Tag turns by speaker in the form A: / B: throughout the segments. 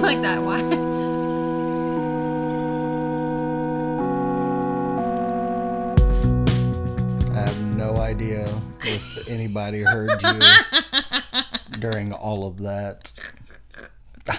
A: like that. Why?
B: I have no idea if anybody heard you during all of that.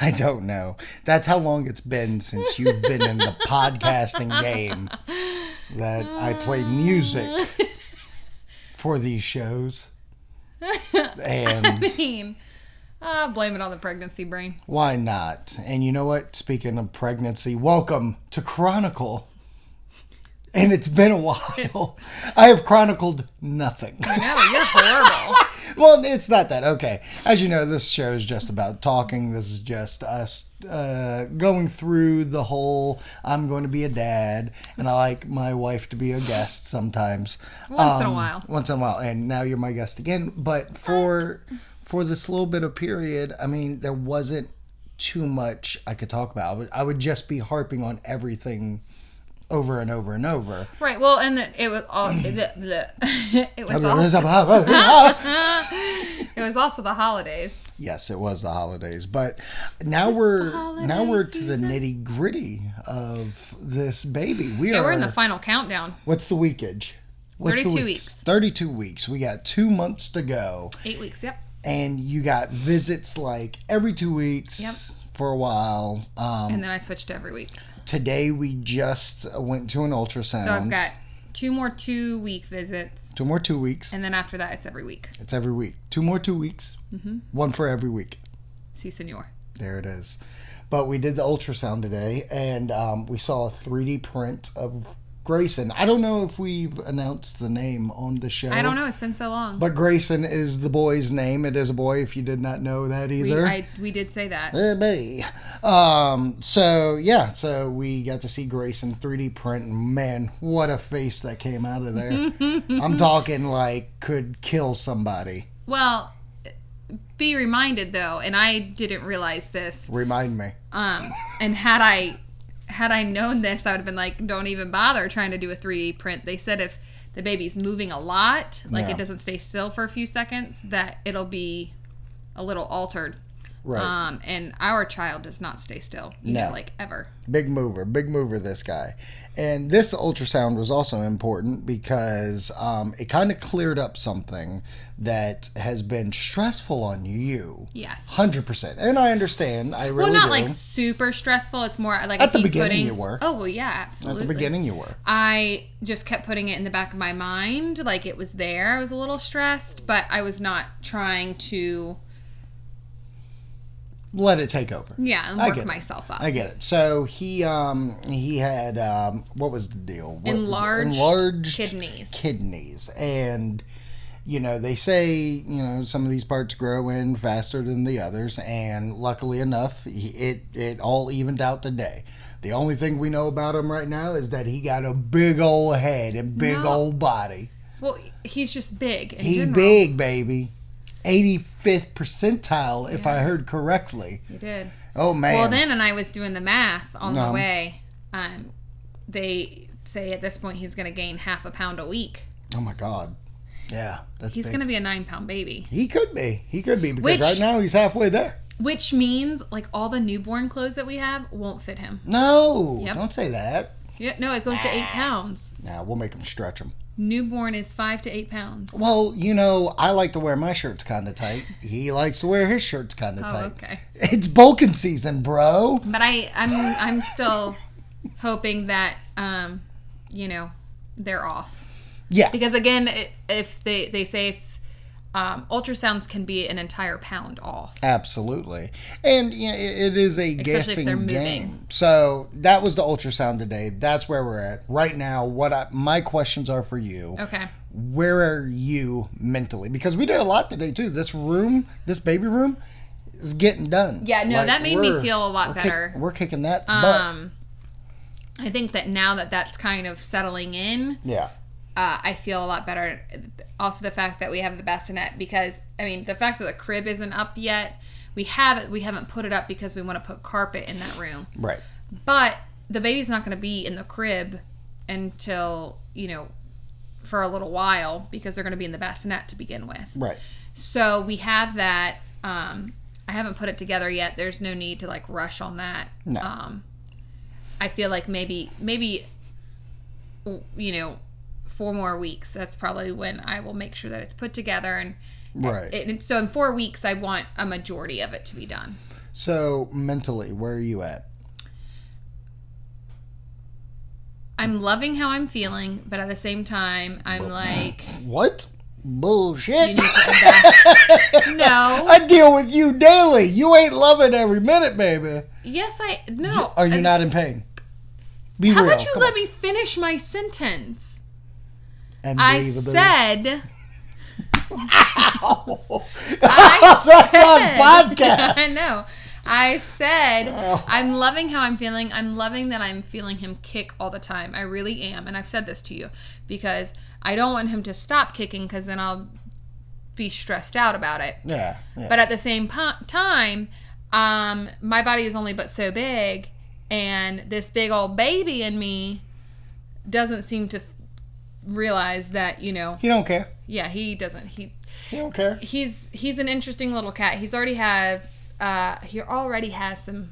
B: I don't know. That's how long it's been since you've been in the podcasting game that I play music for these shows. And
A: I mean, I blame it on the pregnancy brain.
B: why not? And you know what? Speaking of pregnancy, welcome to Chronicle. And it's been a while. I have chronicled nothing.
A: No, you're horrible.
B: well, it's not that. Okay. As you know, this show is just about talking. This is just us uh, going through the whole I'm going to be a dad, and I like my wife to be a guest sometimes.
A: Once in a
B: Um,
A: while.
B: Once in a while. And now you're my guest again. But for for this little bit of period, I mean, there wasn't too much I could talk about. I would, I would just be harping on everything over and over and over.
A: Right. Well, and the, it was all the, the it was all, it was also the holidays.
B: Yes, it was the holidays, but now we're now we're to the nitty gritty of this baby. We
A: Yeah,
B: are.
A: we're in the final countdown.
B: what's the weekage? What's
A: 32
B: the
A: weeks.
B: Thirty-two weeks. We got two months to go,
A: Eight weeks. Yep.
B: and you got visits like every two weeks for a while. Um,
A: And then I switched to every week.
B: today we just went to an ultrasound.
A: So I've got two more two week visits,
B: two more two weeks.
A: and then after that it's every week.
B: It's every week. Two more two weeks. Mm-hmm. One for every week.
A: See, senor.
B: There it is. But we did the ultrasound today, and um, we saw a 3D print of Grayson. I don't know if we've announced the name on the show.
A: I don't know. It's been so long.
B: Oh. But Grayson is the boy's name. It is a boy, if you did not know that
A: we,
B: either.
A: I, we did say that.
B: Uh, boy. Um, so yeah, so we got to see Grayson 3D print, and man, what a face that came out of there! I'm talking like could kill somebody.
A: Well, be reminded though, and I didn't realize this.
B: Remind me.
A: Um, and had I had I known this, I would have been like, don't even bother trying to do a 3D print. They said if the baby's moving a lot, like
B: Yeah.
A: it doesn't stay still for a few seconds, that it'll be a little altered.
B: Right,
A: Um, and our child does not stay still, you
B: No.
A: know, like ever.
B: big mover, big mover. This guy, and this ultrasound was also important because um, it kind of cleared up something that has been stressful on you.
A: Yes.
B: Hundred percent, and I understand. I really
A: Well, not
B: do.
A: like super stressful. It's more like I
B: At the
A: keep
B: beginning
A: putting-
B: you were.
A: Oh well, yeah,
B: at
A: absolutely.
B: the beginning you were.
A: I just kept putting it in the back of my mind. Like it was there. I was a little stressed, but I was not trying to,
B: Let it take over.
A: yeah, and
B: I
A: work
B: get it.
A: myself up.
B: I get it. So he um he had um what was the deal? What-
A: Enlarged
B: enlarged
A: Kidneys.
B: kidneys and you know they say you know some of these parts grow in faster than the others and luckily enough he- it it all evened out today the only thing we know about him right now is that he got a big old head and big
A: No.
B: old body
A: Well, he's just big. In
B: he
A: general.
B: big baby 85th percentile if i heard correctly
A: He did.
B: oh man
A: Well, then, and I was doing the math on
B: No.
A: the way. Um, they say at this point he's going to gain half a pound a week.
B: oh my god yeah that's
A: He's
B: big.
A: going to be a nine pound baby,
B: He could be. He could be because
A: Which-
B: right now he's halfway there.
A: which means like all the newborn clothes that we have won't fit him.
B: No,
A: Yep.
B: don't say that.
A: Yeah, no, it goes to eight pounds.
B: Nah, we'll make him stretch him.
A: Newborn is five to eight pounds.
B: Well, you know, I like to wear my shirts kind of tight. He likes to wear his shirts kind of
A: Oh,
B: tight.
A: okay.
B: It's bulking season, bro.
A: But I, I'm, I'm still hoping that, um, you know, they're off
B: Yeah,
A: because again, i- if they they say if um, ultrasounds can be an entire pound off.
B: absolutely. And yeah, it it is a
A: if they're
B: guessing
A: moving.
B: game. So that was the ultrasound today. That's where we're at right now. What I, my questions are for you.
A: Okay.
B: where are you mentally? Because we did a lot today too. This room, this baby room, is getting done.
A: Yeah, no, that made me
B: we're-
A: feel a lot
B: we're kick-
A: better.
B: we're kicking that butt.
A: Um, I think that now that that's kind of settling in,
B: Yeah,
A: uh, I feel a lot better. Also, the fact that we have the bassinet because I mean, the fact that the crib isn't up yet, we have it. We haven't put it up because we want to put carpet in that room.
B: right.
A: But the baby's not going to be in the crib until you know for a little while because they're going to be in the bassinet to begin with.
B: Right.
A: So we have that. Um, I haven't put it together yet. There's no need to like rush on that.
B: No.
A: Um, I feel like maybe maybe w- you know four more weeks. That's probably when I will make sure that it's put together and.
B: Right.
A: It, and so in four weeks, I want a majority of it to be done.
B: so mentally, where are you at?
A: I'm loving how I'm feeling, but at the same time, I'm like,
B: What? Bullshit.
A: you need to adapt. no.
B: I deal with you daily. You ain't loving every minute, baby.
A: Yes, I no.
B: Are you
A: I-
B: not in pain? Be
A: How
B: real.
A: about you
B: come
A: let me finish my sentence?
B: on.
A: I
B: Unbelievability.
A: said.
B: Oh, That's on podcast.
A: I know. I said,
B: Oh.
A: I'm loving how I'm feeling. I'm loving that I'm feeling him kick all the time. I really am. And I've said this to you because I don't want him to stop kicking because then I'll be stressed out about it.
B: Yeah. yeah.
A: But at the same po- time, um, my body is only but so big, and this big old baby in me doesn't seem to realize that you know.
B: he don't care.
A: Yeah, he doesn't. He
B: He don't care.
A: he's he's an interesting little cat. He's already has uh, he already has some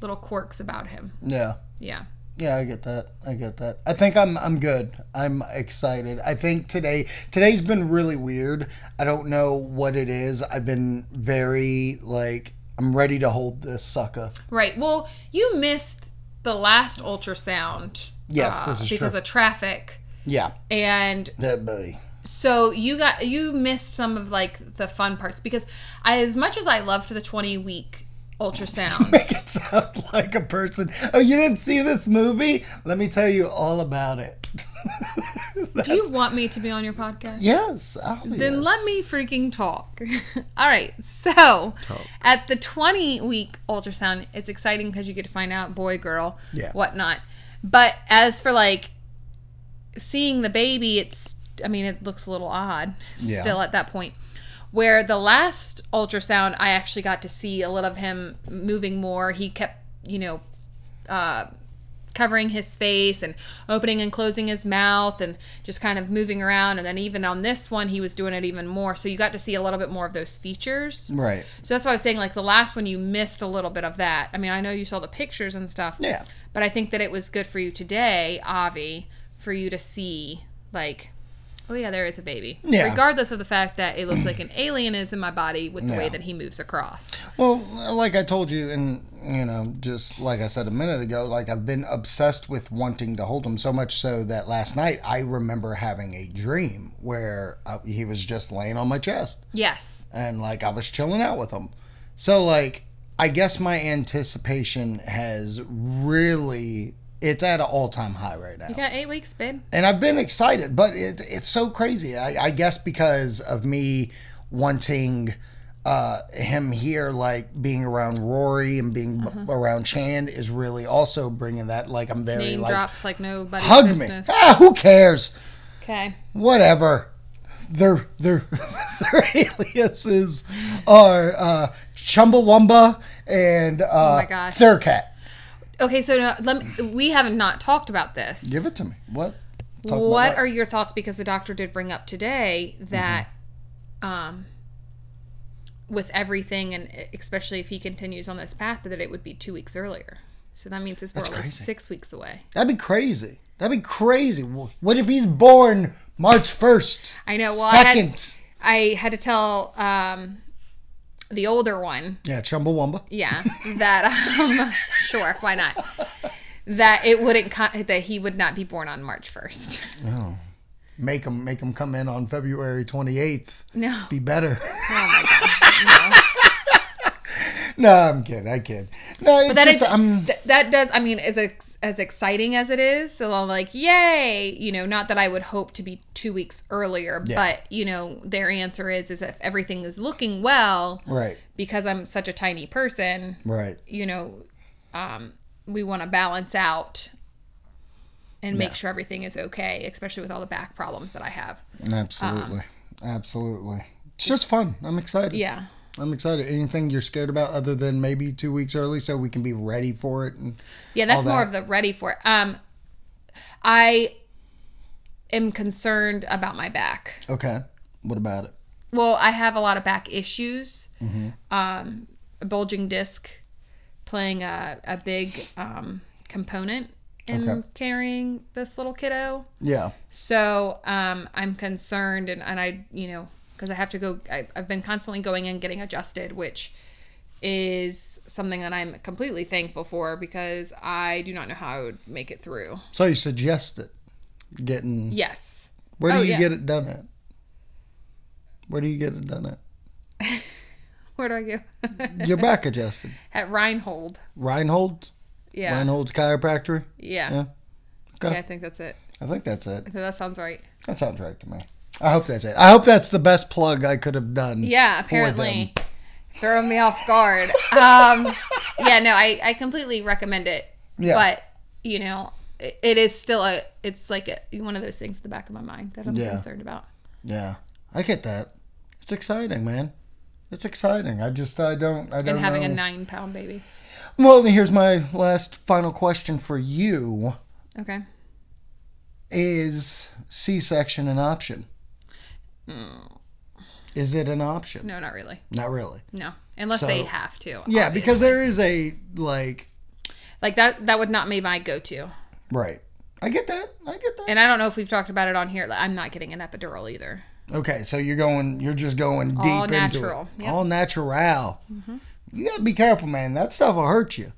A: little quirks about him.
B: Yeah.
A: Yeah.
B: Yeah, I get that. I get that. I think I'm I'm good. I'm excited. I think today today's been really weird. I don't know what it is. I've been very like I'm ready to hold this sucker.
A: Right. Well, you missed the last ultrasound. uh,
B: Yes, this is
A: because
B: true.
A: of traffic.
B: Yeah.
A: And
B: That boy.
A: so you got you missed some of like the fun parts because I, as much as I loved the 20 week ultrasound
B: Make it sound like a person. Oh, you didn't see this movie? Let me tell you all about it.
A: do you want me to be on your podcast
B: Oh, yes. Obvious.
A: then let me freaking talk all right so at the 20 week ultrasound it's exciting because you get to find out boy girl
B: Yeah.
A: whatnot but as for like seeing the baby it's i mean it looks a little odd
B: Yeah.
A: still at that point where the last ultrasound i actually got to see a little of him moving more he kept you know uh, covering his face and opening and closing his mouth and just kind of moving around and then even on this one he was doing it even more so you got to see a little bit more of those features
B: Right.
A: so that's why i was saying like the last one you missed a little bit of that i mean i know you saw the pictures and stuff
B: Yeah.
A: but I think that it was good for you today, Avi, for you to see, like, oh yeah, there is a baby.
B: Yeah.
A: Regardless of the fact that it looks like an alien is in my body with the
B: Yeah.
A: way that he moves across.
B: Well, like I told you, and you know, just like I said a minute ago, like I've been obsessed with wanting to hold him so much so that last night I remember having a dream where uh he was just laying on my chest
A: Yes.
B: and like I was chilling out with him. So like I guess my anticipation has really it's at an all time high right now
A: You got eight weeks, babe.
B: and I've been excited, but it, it's so crazy. I, I guess because of me wanting uh, him here, like being around Rory and being b-
A: Mm-hmm.
B: around Chan, is really also bringing that. Like I'm very
A: Name
B: like
A: drops like nobody's
B: hug
A: business.
B: me. Ah, who cares?
A: Okay.
B: Whatever. Their their their aliases are uh, Chumbawamba and uh, oh
A: my gosh.
B: Thurcat.
A: Okay, so now, let me, we haven't not talked about this.
B: Give it to me. What? Talk about
A: what are your thoughts? Because the doctor did bring up today that,
B: Mm-hmm.
A: um, with everything and especially if he continues on this path, that it would be two weeks earlier. So that means it's more or less
B: crazy.
A: six weeks away.
B: That'd be crazy. That'd be crazy. Wh- What if he's born March 1st?
A: I know. Well,
B: Second.
A: I had I had to tell um, the older one,
B: Yeah, Chumbawamba.
A: yeah, that um, sure, why not? That it wouldn't co- that he would not be born on March first.
B: Make him make him come in on February 28th.
A: No.
B: Be better.
A: Oh, No.
B: no, I'm kidding. I kid. No, it's
A: that is
B: just, I'm,
A: th- that does i mean as ex- as exciting as it is so i'm like yay you know not that i would hope to be two weeks earlier
B: Yeah.
A: but you know their answer is is if everything is looking well
B: right,
A: because i'm such a tiny person
B: right.
A: you know um we want to balance out and make sure everything is okay especially with all the back problems that i have
B: Absolutely. Absolutely. It's just fun. I'm excited.
A: Uh-uh. yeah
B: I'm excited. Anything you're scared about other than maybe two weeks early so we can be ready for it? And,
A: Yeah, that's
B: all
A: more
B: that.
A: of the ready for it. Um, I am concerned about my back.
B: okay. What about it? Mm-hmm.
A: Well, I have a lot of back issues. Um, a bulging disc playing a, a big um, component in
B: Okay.
A: carrying this little kiddo.
B: Yeah.
A: So um, I'm concerned, and, and I, you know, because I have to go, I, I've been constantly going and getting adjusted, which is something that I'm completely thankful for because I do not know how I would make it through.
B: So you suggest it getting.
A: Yes.
B: Where do
A: Oh,
B: you
A: yeah.
B: get it done at? Where do you get it done at?
A: Where do I go?
B: Your back adjusted.
A: At Reinhold.
B: Reinhold.
A: Yeah.
B: Reinhold's chiropractor.
A: Yeah.
B: Yeah. Okay.
A: Yeah, I think that's it.
B: I think that's it.
A: So that sounds right.
B: That sounds right to me. I hope that's it. I hope that's the best plug I could have done.
A: Yeah, apparently. Throwing me off guard. Um, yeah, no, I, I completely recommend it.
B: Yeah.
A: But, you know, it, it is still a, it's like a, one of those things at the back of my mind that I'm
B: Yeah.
A: concerned about.
B: Yeah. I get that. It's exciting, man. It's exciting. I just I don't I don't
A: And having
B: know.
A: a nine pound baby.
B: Well, here's my last final question for you.
A: Okay.
B: Is C section an option?
A: Mm.
B: Is it an option?
A: No, not really.
B: Not really.
A: No. Unless
B: So-
A: they have to.
B: Yeah,
A: obviously.
B: because there is a like
A: like that, that would not be my go to.
B: right. I get that. I get that.
A: And I don't know if we've talked about it on here. Like, I'm not getting an epidural either.
B: Okay, so you're going, you're just going deep
A: All
B: into
A: natural,
B: it.
A: yep. Mm-hmm.
B: all natural. You gotta be careful, man. That stuff will hurt you.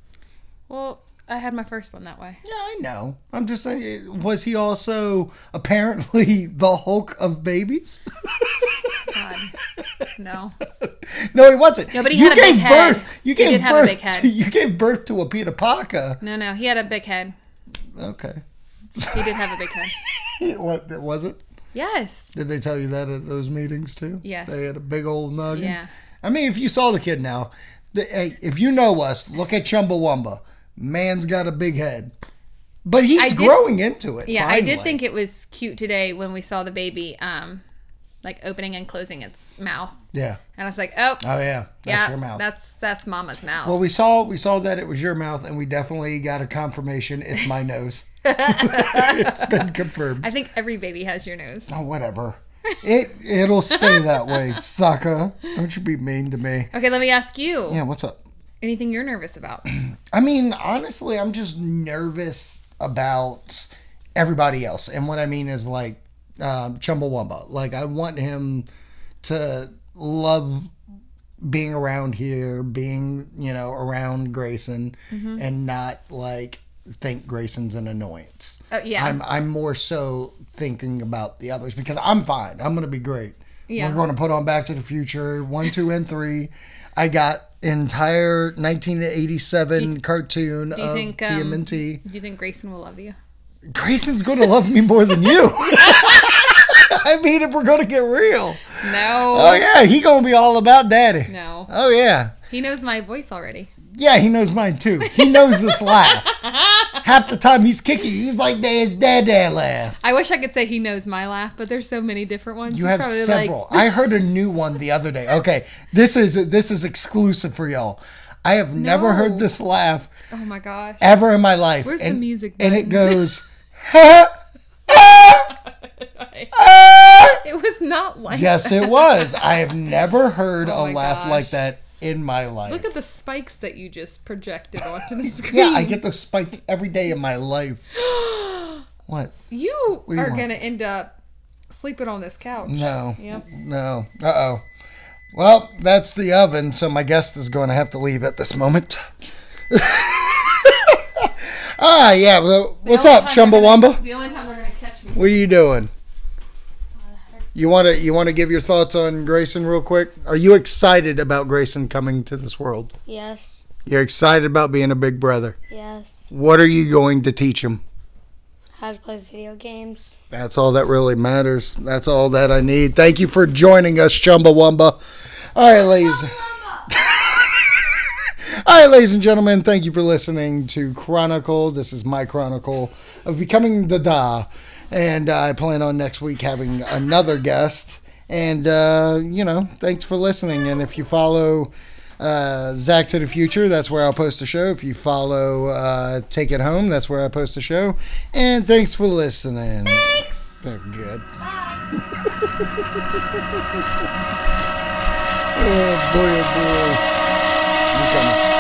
A: Well, I had my first one that way.
B: Yeah, I know. I'm just saying. Was he also apparently the Hulk of babies?
A: God. No.
B: no, he wasn't.
A: No, but he had a big head.
B: birth. You
A: He
B: gave
A: did
B: birth.
A: have a big head.
B: To, you gave birth to a Peter Parker.
A: No, no. He had a big head.
B: Okay.
A: He did have a big head.
B: what was it?
A: Yes.
B: Did they tell you that at those meetings too?
A: Yes.
B: They had a big old noggin.
A: Yeah.
B: I mean, if you saw the kid now, the, hey, if you know us, look at Chumbawamba. Man's got a big head, but he's
A: I did-
B: growing into it.
A: Yeah, I did
B: finally.
A: think it was cute today when we saw the baby um like opening and closing its mouth.
B: Yeah.
A: And I was like, "Oh,
B: Oh yeah. That's
A: yeah.
B: your mouth.
A: That's that's mama's mouth."
B: well, we saw we saw that it was your mouth, and we definitely got a confirmation. It's my nose. it's been confirmed.
A: I think every baby has your nose.
B: Oh, whatever. It it'll stay that way, sucker. Don't you be mean to me.
A: Okay, let me ask you.
B: Yeah. What's up?
A: Anything you're nervous about?
B: I mean, honestly, I'm just nervous about everybody else. And what I mean is like um, Chumbawamba. Like, I want him to love being around here, being, you know, around Grayson and not like think Grayson's an annoyance.
A: Oh, yeah.
B: I'm, I'm more so thinking about the others because I'm fine. I'm going to be great.
A: Yeah.
B: We're going to put on Back to the Future one, two, and three. I got entire 1987 cartoon
A: you
B: of
A: think, um,
B: TMNT.
A: Do you think Grayson will love you?
B: Grayson's going to love me more than you. I mean, if we're going to get real, oh
A: No.
B: yeah, he going to be all about daddy.
A: Uh, No.
B: Oh yeah,
A: He knows my voice already.
B: yeah, he knows mine too. He knows this laugh. Half the time he's kicking, he's like, "Dad's dad, dad laugh."
A: I wish I could say he knows my laugh, but there's so many different ones.
B: You
A: He's
B: have
A: probably
B: several. I heard a new one the other day. Okay, this is this is exclusive for y'all. I have never heard
A: No.
B: this laugh
A: Like, oh my gosh.
B: ever in my life.
A: Where's the
B: and,
A: music
B: And it
A: button?
B: goes. "Ha, ha, ha."
A: It was not like
B: yes, it was. I have never heard
A: Oh
B: a
A: my
B: laugh
A: gosh.
B: like that in my life.
A: Look at the spikes that you just projected onto the screen.
B: yeah, I get those spikes every day in my life. What?
A: You
B: do you
A: are
B: want?
A: gonna end up sleeping on this couch.
B: No.
A: Yep.
B: No. Uh oh. Well, that's the oven, so my guest is going to have to leave at this moment. ah, yeah. Well, what's
A: The only
B: up,
A: time they're gonna-
B: Chumbawamba?
A: The only time they're gonna catch me.
B: What are you doing? You want to you want to give your thoughts on Grayson real quick? Are you excited about Grayson coming to this world?
C: Yes.
B: You're excited about being a big brother.
C: Yes.
B: What are you going to teach him?
C: How to play video games.
B: That's all that really matters. That's all that I need. Thank you for joining us, Chumbawamba. All right, ladies. All right, ladies and gentlemen, thank you for listening to Chronicle. This is my chronicle of becoming the Da. And I plan on next week having another guest. And, uh, you know, thanks for listening. And if you follow uh, Zach to the Future, that's where I'll post the show. If you follow uh, Take It Home, that's where I post the show. And thanks for listening. Thanks. They're good. oh, boy, oh, boy. I'm coming.